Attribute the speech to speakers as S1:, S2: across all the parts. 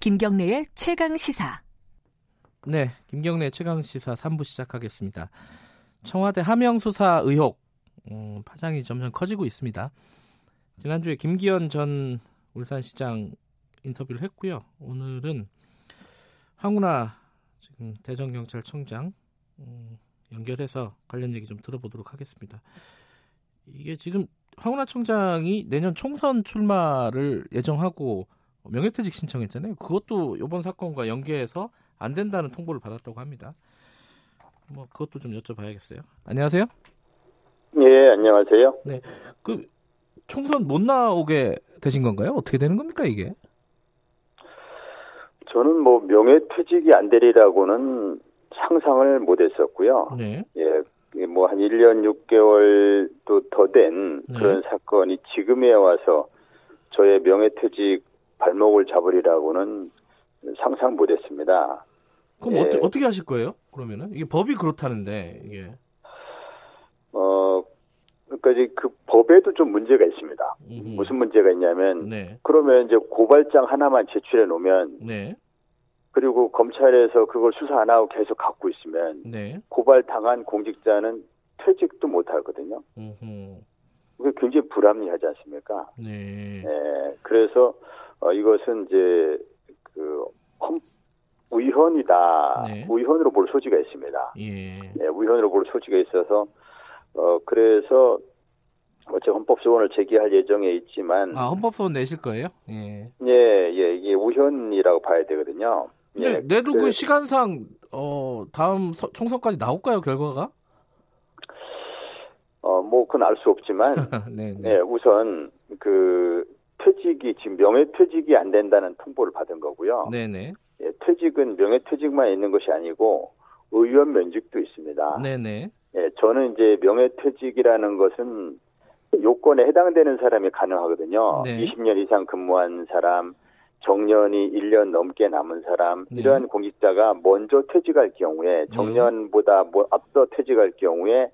S1: 김경래의 최강 시사.
S2: 네, 김경래 최강 시사 3부 시작하겠습니다. 청와대 하명 수사 의혹 음, 파장이 점점 커지고 있습니다. 지난주에 김기현 전 울산시장 인터뷰를 했고요. 오늘은 황운하 지금 대전경찰청장 음, 연결해서 관련 얘기 좀 들어보도록 하겠습니다. 이게 지금 황운하 청장이 내년 총선 출마를 예정하고 명예퇴직 신청했잖아요. 그것도 이번 사건과 연계해서 안 된다는 통보를 받았다고 합니다. 뭐 그것도 좀 여쭤봐야겠어요. 안녕하세요.
S3: 예, 안녕하세요.
S2: 네, 그 총선 못 나오게 되신 건가요? 어떻게 되는 겁니까 이게?
S3: 저는 뭐 명예퇴직이 안 되리라고는 상상을 못 했었고요.
S2: 네.
S3: 예, 뭐 한 1년 6개월도 더 된
S2: 네.
S3: 그런 사건이 지금에 와서 저의 명예퇴직 발목을 잡으리라고는 상상 못 했습니다.
S2: 그럼
S3: 예.
S2: 어떻게 어떻게 하실 거예요? 그러면은 이게 법이 그렇다는데 이게
S3: 어, 그러니까 이제 그 법에도 좀 문제가 있습니다.
S2: 음,
S3: 무슨 문제가 있냐면
S2: 네,
S3: 그러면 이제 고발장 하나만 제출해 놓으면
S2: 네,
S3: 그리고 검찰에서 그걸 수사 안 하고 계속 갖고 있으면
S2: 네.
S3: 고발 당한 공직자는 퇴직도 못 하거든요.
S2: 음흠.
S3: 그게 굉장히 불합리하지 않습니까?
S2: 네.
S3: 예, 그래서 어, 이것은 이제 그 헌, 위헌이다.
S2: 네.
S3: 위헌으로 볼 소지가 있습니다.
S2: 예.
S3: 예, 위헌으로 볼 소지가 있어서 어 그래서 어째 헌법소원을 제기할 예정에 있지만
S2: 아 헌법소원 내실 거예요? 예.
S3: 예, 예, 이게 위헌이라고 봐야 되거든요.
S2: 근데
S3: 예,
S2: 내도
S3: 그-
S2: 그 시간상 어 다음 서- 총선까지 나올까요 결과가?
S3: 어, 뭐 그건 알 수 없지만
S2: 네,
S3: 네, 우선 그 퇴직이 지금 명예퇴직이 안 된다는 통보를 받은 거고요.
S2: 네, 네,
S3: 예, 퇴직은 명예퇴직만 있는 것이 아니고 의원 면직도 있습니다.
S2: 네, 네.
S3: 예, 저는 이제 명예퇴직이라는 것은 요건에 해당되는 사람이 가능하거든요.
S2: 네.
S3: 20년 이상 근무한 사람, 정년이 1년 넘게 남은 사람,
S2: 네.
S3: 이러한 공직자가 먼저 퇴직할 경우에 정년보다 뭐 앞서 퇴직할 경우에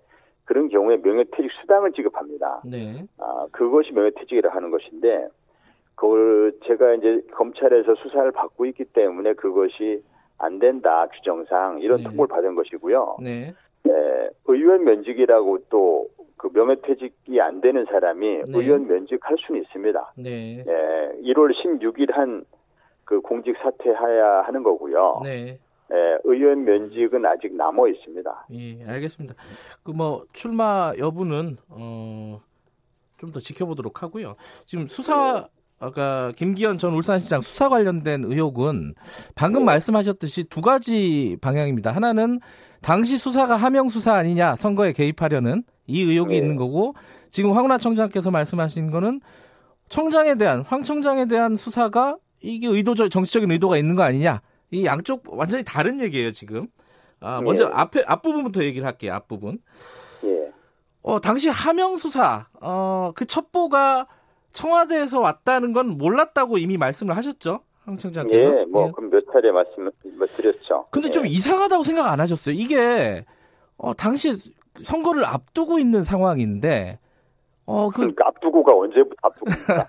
S3: 그런 경우에 명예퇴직 수당을 지급합니다.
S2: 네.
S3: 아, 그것이 명예퇴직이라 하는 것인데, 그걸 제가 이제 검찰에서 수사를 받고 있기 때문에 그것이 안 된다, 규정상. 이런
S2: 네.
S3: 통보를 받은 것이고요.
S2: 네.
S3: 예, 의원 면직이라고 또 그 명예퇴직이 안 되는 사람이
S2: 네.
S3: 의원 면직할 수는 있습니다.
S2: 네.
S3: 예, 1월 16일 한 그 공직 사퇴해야 하는 거고요.
S2: 네.
S3: 예, 의원 면직은 아직 남아 있습니다.
S2: 예, 알겠습니다. 그 뭐 출마 여부는 어, 좀 더 지켜보도록 하고요. 지금 수사 아까 김기현 전 울산시장 수사 관련된 의혹은 방금 말씀하셨듯이 두 가지 방향입니다. 하나는 당시 수사가 하명 수사 아니냐 선거에 개입하려는 이 의혹이
S3: 네.
S2: 있는 거고 지금 황운하 청장께서 말씀하신 거는 청장에 대한 황 청장에 대한 수사가 이게 의도적 정치적인 의도가 있는 거 아니냐 이 양쪽 완전히 다른 얘기예요 지금. 아, 먼저
S3: 네.
S2: 앞에 앞부분부터 얘기를 할게요. 앞부분.
S3: 예.
S2: 어, 당시 하명 수사 어, 그 첩보가 청와대에서 왔다는 건 몰랐다고 이미 말씀을 하셨죠. 황 청장께서.
S3: 예, 뭐,
S2: 예.
S3: 그럼 몇 차례 말씀, 뭐 드렸죠.
S2: 근데
S3: 예.
S2: 좀 이상하다고 생각 안 하셨어요. 이게 어, 당시 선거를 앞두고 있는 상황인데 어, 그
S3: 그러니까 앞두고가 언제부터 앞두고입니까?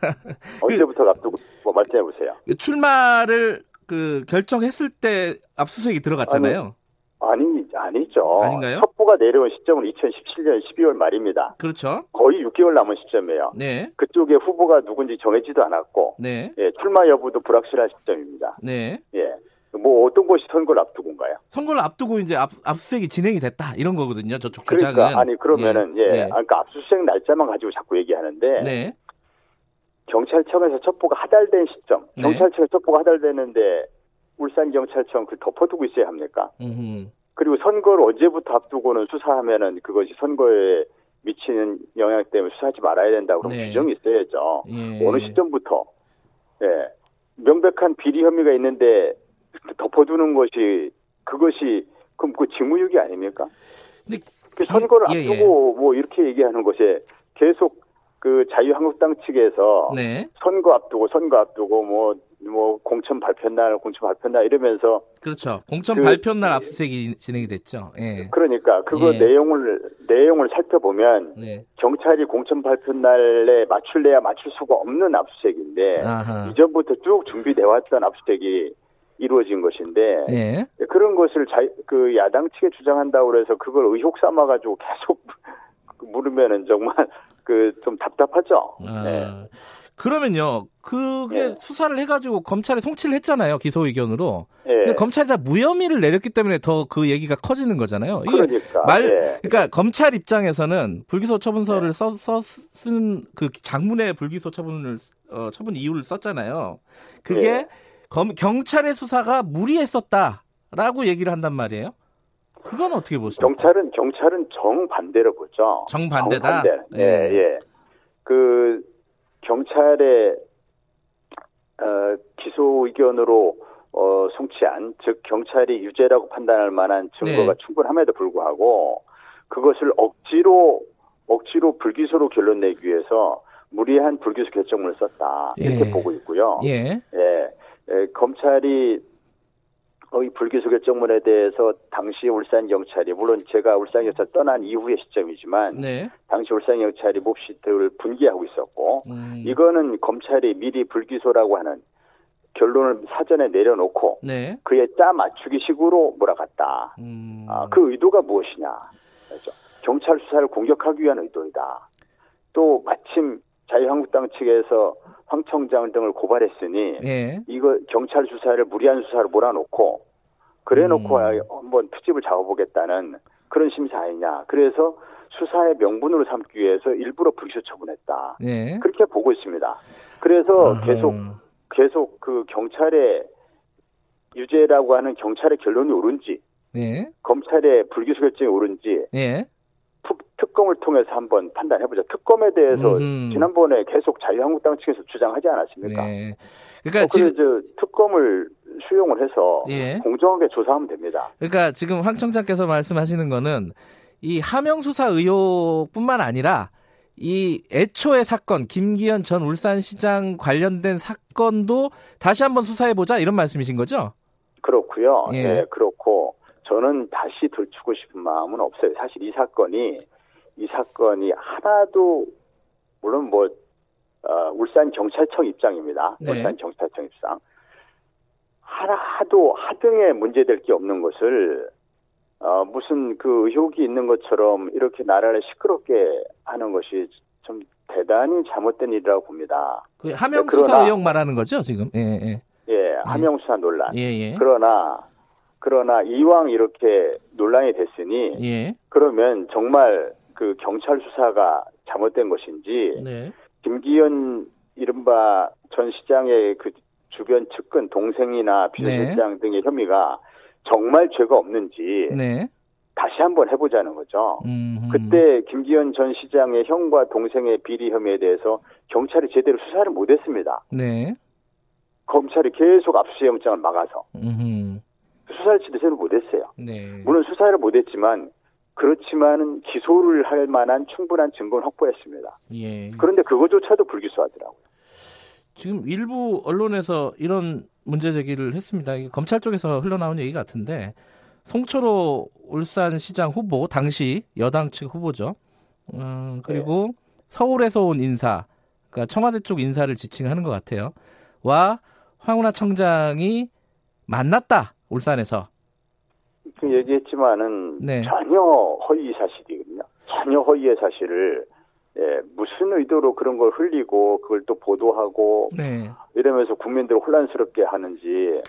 S3: 언제부터 앞두고 뭐 말씀해 보세요.
S2: 출마를 그 결정했을 때 압수수색이 들어갔잖아요.
S3: 아니 아니죠.
S2: 아닌가요?
S3: 첩보가 내려온 시점은 2017년 12월 말입니다.
S2: 그렇죠.
S3: 거의 6개월 남은 시점이에요.
S2: 네.
S3: 그쪽에 후보가 누군지 정해지도 않았고
S2: 네.
S3: 예, 출마 여부도 불확실한 시점입니다.
S2: 네.
S3: 예. 뭐 어떤 곳이 선거를 앞두고인가요?
S2: 선거를 앞두고 이제 압, 압수수색이 진행이 됐다 이런 거거든요. 저쪽
S3: 그러니까
S2: 주장은.
S3: 아니 그러면은 예,
S2: 네.
S3: 아, 그러니까 압수수색 날짜만 가지고 자꾸 얘기하는데
S2: 네.
S3: 경찰청에서 첩보가 하달된 시점,
S2: 네.
S3: 경찰청에서 첩보가 하달되는데 울산 경찰청 그 덮어두고 있어야 합니까?
S2: 음흠.
S3: 그리고 선거를 언제부터 앞두고는 수사하면은 그것이 선거에 미치는 영향 때문에 수사하지 말아야 된다고 그런
S2: 네.
S3: 규정이 있어야죠.
S2: 예.
S3: 어느 시점부터 예. 명백한 비리 혐의가 있는데 덮어두는 것이 그것이 그럼 그 직무유기 아닙니까?
S2: 근데
S3: 그
S2: 비-
S3: 선거를
S2: 예, 예.
S3: 앞두고 뭐 이렇게 얘기하는 것에 계속 그 그 자유한국당 측에서
S2: 네.
S3: 선거 앞두고 선거 앞두고 뭐 뭐 공천 발표 날 공천 발표 날 이러면서
S2: 그렇죠. 공천
S3: 그-
S2: 발표 날 압수수색이 진행이 됐죠. 예.
S3: 그러니까 그거
S2: 예.
S3: 내용을 내용을 살펴보면
S2: 네.
S3: 경찰이 공천 발표 날에 맞출래야 맞출 수가 없는 압수수색인데
S2: 아하.
S3: 이전부터 쭉 준비돼 왔던 압수수색이 이루어진 것인데
S2: 예.
S3: 그런 것을 자, 그 야당 측에 주장한다고 그래서 그걸 의혹 삼아 가지고 계속 물으면은 정말 그 좀 답답하죠.
S2: 아,
S3: 네.
S2: 그러면요. 그게
S3: 네.
S2: 수사를 해가지고 검찰에 송치를 했잖아요. 기소 의견으로.
S3: 예.
S2: 근데 검찰이 다 무혐의를 내렸기 때문에 더 그 얘기가 커지는 거잖아요. 이게
S3: 그러니까
S2: 말,
S3: 예.
S2: 그러니까 검찰 입장에서는 불기소 처분서를 써, 써, 쓴, 그 장문의 불기소 처분을, 어, 처분 이유를 썼잖아요. 그게
S3: 예.
S2: 검, 경찰의 수사가 무리했었다라고 얘기를 한단 말이에요. 그건 어떻게 보십니까?
S3: 경찰은 경찰은 정 반대로 보죠.
S2: 정반대다?
S3: 정반대. 예,
S2: 예.
S3: 예. 그 경찰의 어, 기소 의견으로 어, 송치한 즉 경찰이 유죄라고 판단할 만한 증거가
S2: 네.
S3: 충분함에도 불구하고 그것을 억지로 억지로 불기소로 결론 내기 위해서 무리한 불기소 결정문을 썼다 이렇게
S2: 예.
S3: 보고 있고요.
S2: 예.
S3: 예, 예, 검찰이 거의 불기소 결정문에 대해서 당시 울산 경찰이 물론 제가 울산 경찰 떠난 이후의 시점이지만
S2: 네.
S3: 당시 울산 경찰이 몹시들 분개하고 있었고
S2: 음,
S3: 이거는 검찰이 미리 불기소라고 하는 결론을 사전에 내려놓고
S2: 네.
S3: 그에 따 맞추기 식으로 몰아갔다.
S2: 음,
S3: 아, 그 의도가 무엇이냐? 그렇죠. 경찰 수사를 공격하기 위한 의도이다. 또 마침 자유한국당 측에서 황 청장 등을 고발했으니
S2: 예.
S3: 이거 경찰 수사를 무리한 수사로 몰아놓고 그래놓고
S2: 음.
S3: 한번 투집을 잡아보겠다는 그런 심사 아니냐. 그래서 수사의 명분으로 삼기 위해서 일부러 불기소 처분했다.
S2: 예.
S3: 그렇게 보고 있습니다. 그래서 계속
S2: 음,
S3: 계속 그 경찰의 유죄라고 하는 경찰의 결론이 옳은지
S2: 예.
S3: 검찰의 불기소 결정이 옳은지
S2: 예.
S3: 특, 특검을 통해서 한번 판단해보자. 특검에 대해서
S2: 음.
S3: 지난번에 계속 자유한국당 측에서 주장하지 않았습니까?
S2: 네.
S3: 그러니까. 어,
S2: 그러니까
S3: 그래서
S2: 지금
S3: 저 특검을 수용을 해서
S2: 예.
S3: 공정하게 조사하면 됩니다.
S2: 그러니까 지금 황 청장께서 말씀하시는 거는 이 하명 수사 의혹뿐만 아니라 이 애초의 사건 김기현 전 울산시장 관련된 사건도 다시 한번 수사해 보자 이런 말씀이신 거죠?
S3: 그렇고요.
S2: 예.
S3: 예. 그렇고 저는 다시 들추고 싶은 마음은 없어요. 사실 이 사건이 이 사건이 하나도 물론 뭐 어, 울산 경찰청 입장입니다.
S2: 네.
S3: 울산 경찰청 입장 하나도 하등에 문제될 게 없는 것을 어, 무슨 그 의혹이 있는 것처럼 이렇게 나라를 시끄럽게 하는 것이 좀 대단히 잘못된 일이라고 봅니다.
S2: 그 하명
S3: 네,
S2: 수사
S3: 그러나-
S2: 의혹 말하는 거죠 지금? 예, 예,
S3: 예, 함영수사 논란.
S2: 예, 예,
S3: 그러나 그러나 이왕 이렇게 논란이 됐으니
S2: 예,
S3: 그러면 정말 그 경찰 수사가 잘못된 것인지
S2: 네,
S3: 김기현 이른바 전 시장의 그 주변 측근 동생이나 비서실장 등의 혐의가 정말 죄가 없는지
S2: 네,
S3: 다시 한번 해보자는 거죠.
S2: 음, 음.
S3: 예. 그때 김기현 전 시장의 형과 동생의 비리 혐의에 대해서 경찰이 제대로 수사를 못했습니다.
S2: 네,
S3: 검찰이 계속 압수수색영장을 막아서
S2: 음,
S3: 수사를 제대로 못했어요.
S2: 네,
S3: 물론 수사를 못했지만 그렇지만은 기소를 할 만한 충분한 증거는 확보했습니다.
S2: 예.
S3: 그런데 그거조차도 불기소하더라고요.
S2: 지금 일부 언론에서 이런 문제 제기를 했습니다. 이게 검찰 쪽에서 흘러나온 얘기 같은데 송철호 울산시장 후보 당시 여당 측 후보죠. 음, 그리고
S3: 네.
S2: 서울에서 온 인사, 그러니까 청와대 쪽 인사를 지칭하는 것 같아요. 와 황운하 청장이 만났다 울산에서.
S3: 지금 얘기했지만은
S2: 음. 네.
S3: 전혀 허위 사실이거든요. 전혀 허위의 사실을 예, 무슨 의도로 그런 걸 흘리고 그걸 또 보도하고
S2: 네.
S3: 이러면서 국민들을 혼란스럽게 하는지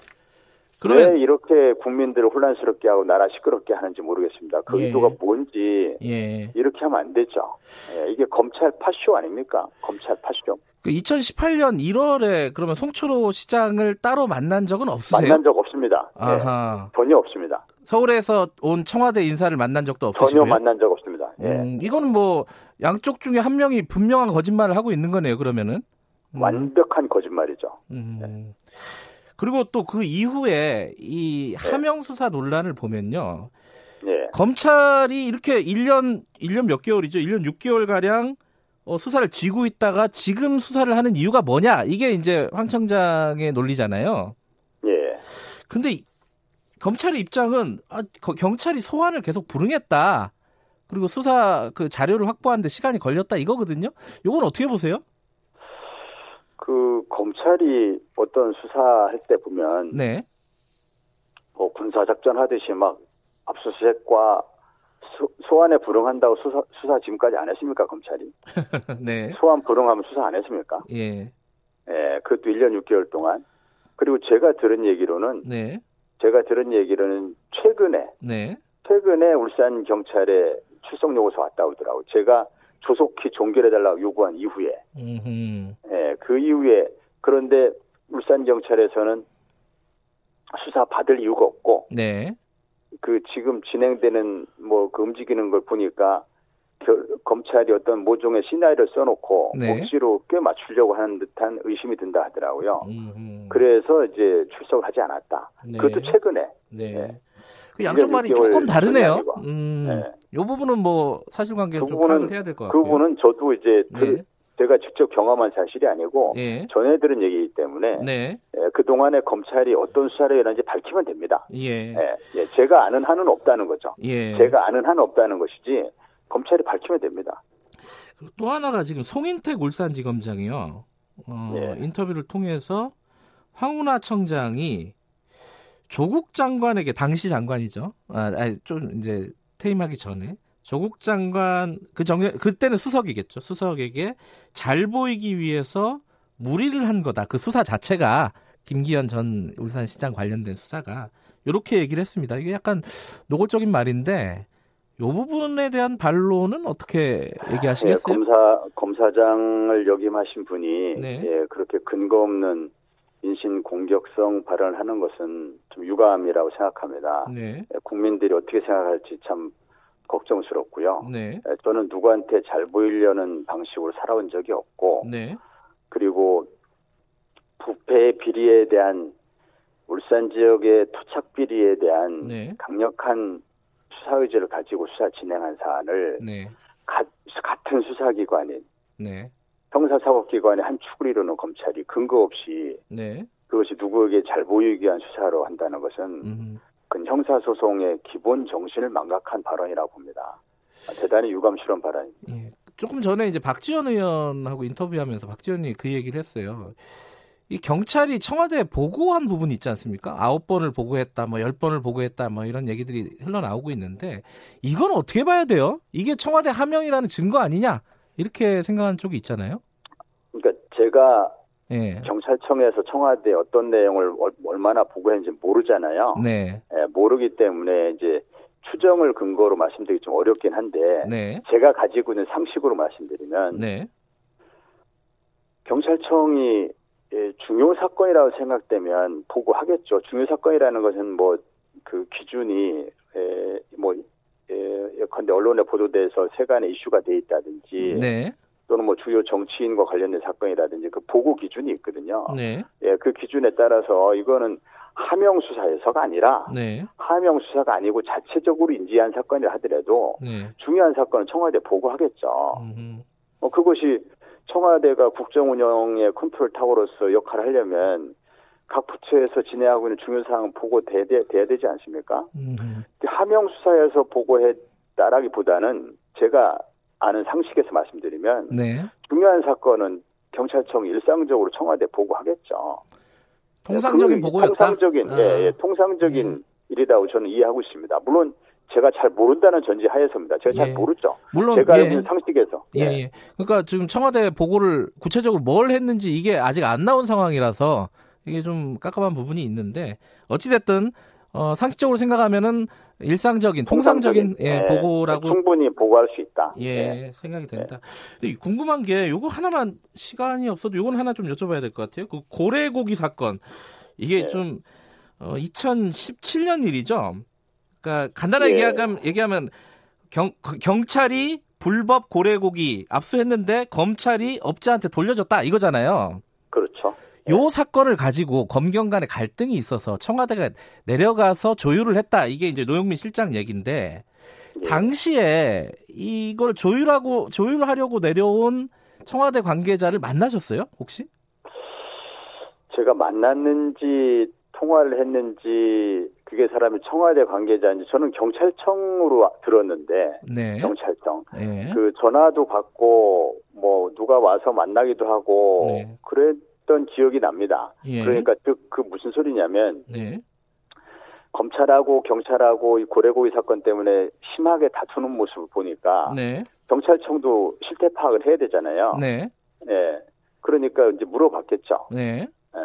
S2: 그러면
S3: 왜 이렇게 국민들을 혼란스럽게 하고 나라 시끄럽게 하는지 모르겠습니다. 그
S2: 예.
S3: 의도가 뭔지
S2: 예.
S3: 이렇게 하면 안 되죠. 예, 이게 검찰 파쇼 아닙니까? 검찰 파쇼.
S2: 그 2018년 1월에 그러면 송철호 시장을 따로 만난 적은 없으세요?
S3: 만난 적 없습니다. 예,
S2: 네. 아하.
S3: 전혀 없습니다.
S2: 서울에서 온 청와대 인사를 만난 적도 없으시고요.
S3: 전혀 만난 적 없습니다. 예.
S2: 음, 이거는 뭐 양쪽 중에 한 명이 분명한 거짓말을 하고 있는 거네요. 그러면은 음,
S3: 완벽한 네. 거짓말이죠.
S2: 음. 그리고 또 그 이후에 이
S3: 네.
S2: 하명 수사 논란을 보면요.
S3: 예.
S2: 검찰이 이렇게 1년 1년 몇 개월이죠? 1년 6개월 가량 어, 수사를 쥐고 있다가 지금 수사를 하는 이유가 뭐냐 이게 이제 황 청장의 논리잖아요.
S3: 예.
S2: 근데 이- 검찰의 입장은 아, 거- 경찰이 소환을 계속 불응했다. 그리고 수사 그 자료를 확보하는데 시간이 걸렸다 이거거든요. 요건 어떻게 보세요?
S3: 그 검찰이 어떤 수사할 때 보면
S2: 네.
S3: 뭐 군사 작전 하듯이 막 압수수색과 소, 소환에 불응한다고 수사, 수사 지금까지 안 했습니까 검찰이?
S2: 네.
S3: 소환 불응하면 수사 안 했습니까?
S2: 예.
S3: 예, 그것도 1년 6개월 동안. 그리고 제가 들은 얘기로는
S2: 네.
S3: 제가 들은 얘기로는 최근에
S2: 네.
S3: 최근에 울산 경찰에 출석 요구서 왔다 오더라고. 제가 조속히 종결해 달라고 요구한 이후에
S2: 음흠.
S3: 예, 그 이후에 그런데 울산 경찰에서는 수사 받을 이유가 없고
S2: 네.
S3: 그 지금 진행되는 뭐 그 움직이는 걸 보니까 결, 검찰이 어떤 모종의 시나리오를 써놓고
S2: 네.
S3: 억지로 꽤 맞추려고 하는 듯한 의심이 든다 하더라고요.
S2: 음흠.
S3: 그래서 이제 출석하지 않았다.
S2: 네.
S3: 그것도 최근에.
S2: 네.
S3: 네.
S2: 그 양쪽 말이
S3: 6개월
S2: 조금 다르네요.
S3: 전이 아니고.
S2: 음.
S3: 네.
S2: 요 부분은 뭐 사실관계를
S3: 그
S2: 좀
S3: 부분은-
S2: 파악을 해야 될 것
S3: 그
S2: 같아요.
S3: 부분은 그- 저도 이제 들-
S2: 네.
S3: 제가 직접 경험한 사실이 아니고
S2: 예.
S3: 전해 들은 얘기이기 때문에
S2: 네.
S3: 예, 그동안에 검찰이 어떤 수사를 했는지 밝히면 됩니다.
S2: 예.
S3: 예, 예, 제가 아는 한은 없다는 거죠.
S2: 예.
S3: 제가 아는 한은 없다는 것이지 검찰이 밝히면 됩니다.
S2: 그리고 또 하나가 지금 송인택 울산지검장이요. 어,
S3: 네.
S2: 인터뷰를 통해서 황운하 청장이 조국 장관에게 당시 장관이죠. 아, 아니, 좀 이제 퇴임하기 전에 조국 장관 그 정, 그때는 수석이겠죠. 수석에게 잘 보이기 위해서 무리를 한 거다. 그 수사 자체가 김기현 전 울산시장 관련된 수사가 이렇게 얘기를 했습니다. 이게 약간 노골적인 말인데 요 부분에 대한 반론은 어떻게
S3: 예,
S2: 얘기하시겠어요?
S3: 검사 검사장을 역임하신 분이
S2: 네.
S3: 예, 그렇게 근거 없는 인신 공격성 발언을 하는 것은 좀 유감이라고 생각합니다.
S2: 네,
S3: 예, 국민들이 어떻게 생각할지 참 걱정스럽고요.
S2: 네,
S3: 예, 저는 누구한테 잘 보이려는 방식으로 살아온 적이 없고
S2: 네,
S3: 그리고 부패 비리에 대한 울산 지역의 토착 비리에 대한
S2: 네.
S3: 강력한 수사 의지를 가지고 수사 진행한 사안을
S2: 네,
S3: 가- 같은 수사기관인
S2: 네,
S3: 형사사법기관의 한 축을 이루는 검찰이 근거 없이
S2: 네.
S3: 그것이 누구에게 잘 보이기 위한 수사로 한다는 것은
S2: 음,
S3: 그 형사소송의 기본 정신을 망각한 발언이라고 봅니다. 대단히 유감스러운 발언입니다.
S2: 예. 조금 전에 이제 박지원 의원하고 인터뷰하면서 박지원이 그 얘기를 했어요. 이 경찰이 청와대에 보고한 부분이 있지 않습니까? 아홉 번을 보고했다, 뭐 열 번을 보고했다, 뭐 이런 얘기들이 흘러나오고 있는데 이건 어떻게 봐야 돼요? 이게 청와대 하명이라는 증거 아니냐? 이렇게 생각하는 쪽이 있잖아요.
S3: 그러니까 제가
S2: 예,
S3: 경찰청에서 청와대 어떤 내용을 얼- 얼마나 보고했는지 모르잖아요.
S2: 네,
S3: 예, 모르기 때문에 이제 추정을 근거로 말씀드리기 좀 어렵긴 한데
S2: 네,
S3: 제가 가지고 있는 상식으로 말씀드리면
S2: 네,
S3: 경찰청이 예, 중요 사건이라고 생각되면 보고하겠죠. 중요 사건이라는 것은 뭐 그 기준이 예, 뭐 예, 예컨대 언론에 보도돼서 세간의 이슈가 돼 있다든지
S2: 네,
S3: 또는 뭐 주요 정치인과 관련된 사건이라든지 그 보고 기준이 있거든요.
S2: 네,
S3: 예, 그 기준에 따라서 이거는 하명 수사에서가 아니라
S2: 네,
S3: 하명 수사가 아니고 자체적으로 인지한 사건이라 하더라도
S2: 네.
S3: 중요한 사건은 청와대 보고하겠죠.
S2: 음,
S3: 어, 그것이 청와대가 국정 운영의 컨트롤 타워로서 역할을 하려면 각 부처에서 진행하고 있는 중요한 사항은 보고 돼야 돼- 돼야 되지 않습니까?
S2: 음,
S3: 근데 하명 수사에서 보고했다라기보다는 제가 아는 상식에서 말씀드리면
S2: 네.
S3: 중요한 사건은 경찰청이 일상적으로 청와대 보고하겠죠.
S2: 통상적인
S3: 그
S2: 보고였다.
S3: 통상적인,
S2: 아,
S3: 예, 예, 통상적인
S2: 음.
S3: 일이라고 저는 이해하고 있습니다. 물론 제가 잘 모른다는 전제 하에서입니다. 제가
S2: 예.
S3: 잘 모르죠.
S2: 물론
S3: 제가
S2: 예.
S3: 알고 있는 상식에서.
S2: 예, 예. 그러니까 지금 청와대 보고를 구체적으로 뭘 했는지 이게 아직 안 나온 상황이라서 이게 좀 깝깝한 부분이 있는데 어찌됐든 어, 상식적으로 생각하면은 일상적인 통상적인, 예,
S3: 예,
S2: 보고라고
S3: 충분히 보고할 수 있다.
S2: 예, 생각이 됩니다. 근데 궁금한 게 요거 하나만 시간이 없어도 요건 하나 좀 여쭤봐야 될 것 같아요. 그 고래고기 사건 이게
S3: 예.
S2: 좀 어, 2017년 일이죠. 그러니까 간단하게
S3: 예.
S2: 얘기하면, 얘기하면 경, 경찰이 불법 고래고기 압수했는데 검찰이 업자한테 돌려줬다 이거잖아요.
S3: 그렇죠.
S2: 요 사건을 가지고 검경 간의 갈등이 있어서 청와대가 내려가서 조율을 했다. 이게 이제 노영민 실장 얘기인데
S3: 예.
S2: 당시에 이걸 조율하고 조율하려고 내려온 청와대 관계자를 만나셨어요? 혹시?
S3: 제가 만났는지 통화를 했는지 그게 사람이 청와대 관계자인지 저는 경찰청으로 와- 들었는데
S2: 네.
S3: 경찰청
S2: 네.
S3: 그 전화도 받고 뭐 누가 와서 만나기도 하고
S2: 네.
S3: 그랬던 기억이 납니다.
S2: 예.
S3: 그러니까 즉 그 무슨 소리냐면
S2: 네.
S3: 검찰하고 경찰하고 이 고래고기 사건 때문에 심하게 다투는 모습을 보니까
S2: 네.
S3: 경찰청도 실태 파악을 해야 되잖아요.
S2: 네.
S3: 예. 그러니까 이제 물어봤겠죠.
S2: 네.
S3: 예.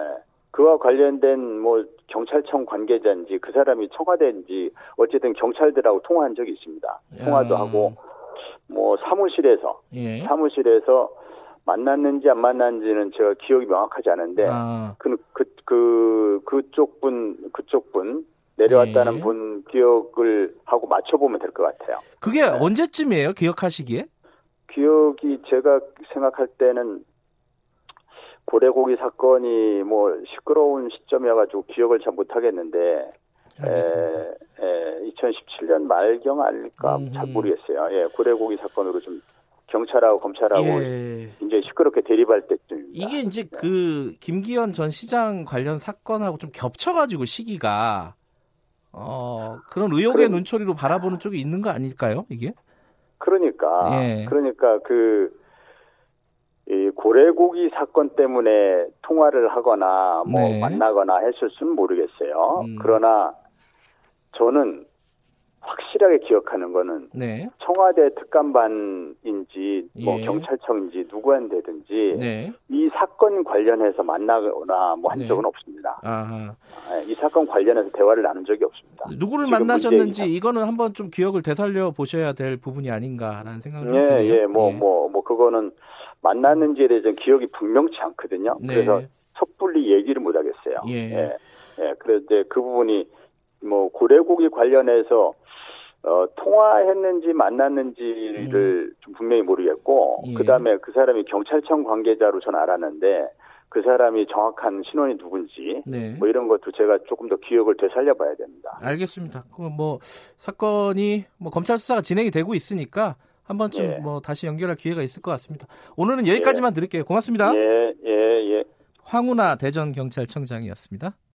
S3: 그와 관련된 뭐 경찰청 관계자인지 그 사람이 청와대인지 어쨌든 경찰들하고 통화한 적이 있습니다. 통화도
S2: 음.
S3: 하고 뭐 사무실에서
S2: 예.
S3: 사무실에서 만났는지 안 만났는지는 제가 기억이 명확하지 않은데
S2: 아,
S3: 그, 그, 그, 그쪽 분, 그쪽 분, 내려왔다는
S2: 네.
S3: 분 기억을 하고 맞춰보면 될 것 같아요.
S2: 그게 언제쯤이에요? 기억하시기에?
S3: 예. 기억이 제가 생각할 때는 고래고기 사건이 뭐 시끄러운 시점이어가지고 기억을 잘 못하겠는데,
S2: 알겠습니다.
S3: 에, 에, 2017년 말경 아닐까
S2: 음,
S3: 잘
S2: 음.
S3: 모르겠어요. 예, 고래고기 사건으로 좀 경찰하고 검찰하고
S2: 예.
S3: 이제 시끄럽게 대립할 때쯤입니다.
S2: 이게 이제 그 김기현 전 시장 관련 사건하고 좀 겹쳐가지고 시기가 어 그런 의혹의
S3: 그럼-
S2: 눈초리로 바라보는 쪽이 있는 거 아닐까요? 이게
S3: 그러니까
S2: 예.
S3: 그러니까 그 이 고래고기 사건 때문에 통화를 하거나 뭐
S2: 네.
S3: 만나거나 했을 수는 모르겠어요.
S2: 음.
S3: 그러나 저는 확실하게 기억하는 거는
S2: 네,
S3: 청와대 특감반인지 뭐
S2: 예.
S3: 경찰청인지 누구한테든지
S2: 네,
S3: 이 사건 관련해서 만나거나 뭐 한
S2: 네.
S3: 적은 없습니다.
S2: 아
S3: 예, 이 사건 관련해서 대화를 나눈 적이 없습니다.
S2: 누구를
S3: 지금
S2: 만나셨는지
S3: 문재인
S2: 이거는 한번 좀 기억을 되살려 보셔야 될 부분이 아닌가라는 생각이 좀
S3: 예,
S2: 드네요.
S3: 예, 뭐, 뭐, 뭐, 그거는 만났는지에 대해서는 기억이 분명치 않거든요.
S2: 네.
S3: 그래서 섣불리 얘기를 못 하겠어요.
S2: 예.
S3: 예. 예, 그래서 이제 그 부분이 뭐, 고래고기 관련해서 어, 통화했는지 만났는지를 좀 분명히 모르겠고,
S2: 음. 예.
S3: 그 다음에 그 사람이 경찰청 관계자로 전 알았는데, 그 사람이 정확한 신원이 누군지,
S2: 네.
S3: 뭐 이런 것도 제가 조금 더 기억을 되살려 봐야 됩니다.
S2: 알겠습니다. 그럼 뭐 사건이 뭐 검찰 수사가 진행이 되고 있으니까 한 번쯤
S3: 예.
S2: 뭐 다시 연결할 기회가 있을 것 같습니다. 오늘은 아, 여기까지만 드릴게요. 고맙습니다.
S3: 예, 예, 예.
S2: 황운하 대전 경찰청장이었습니다.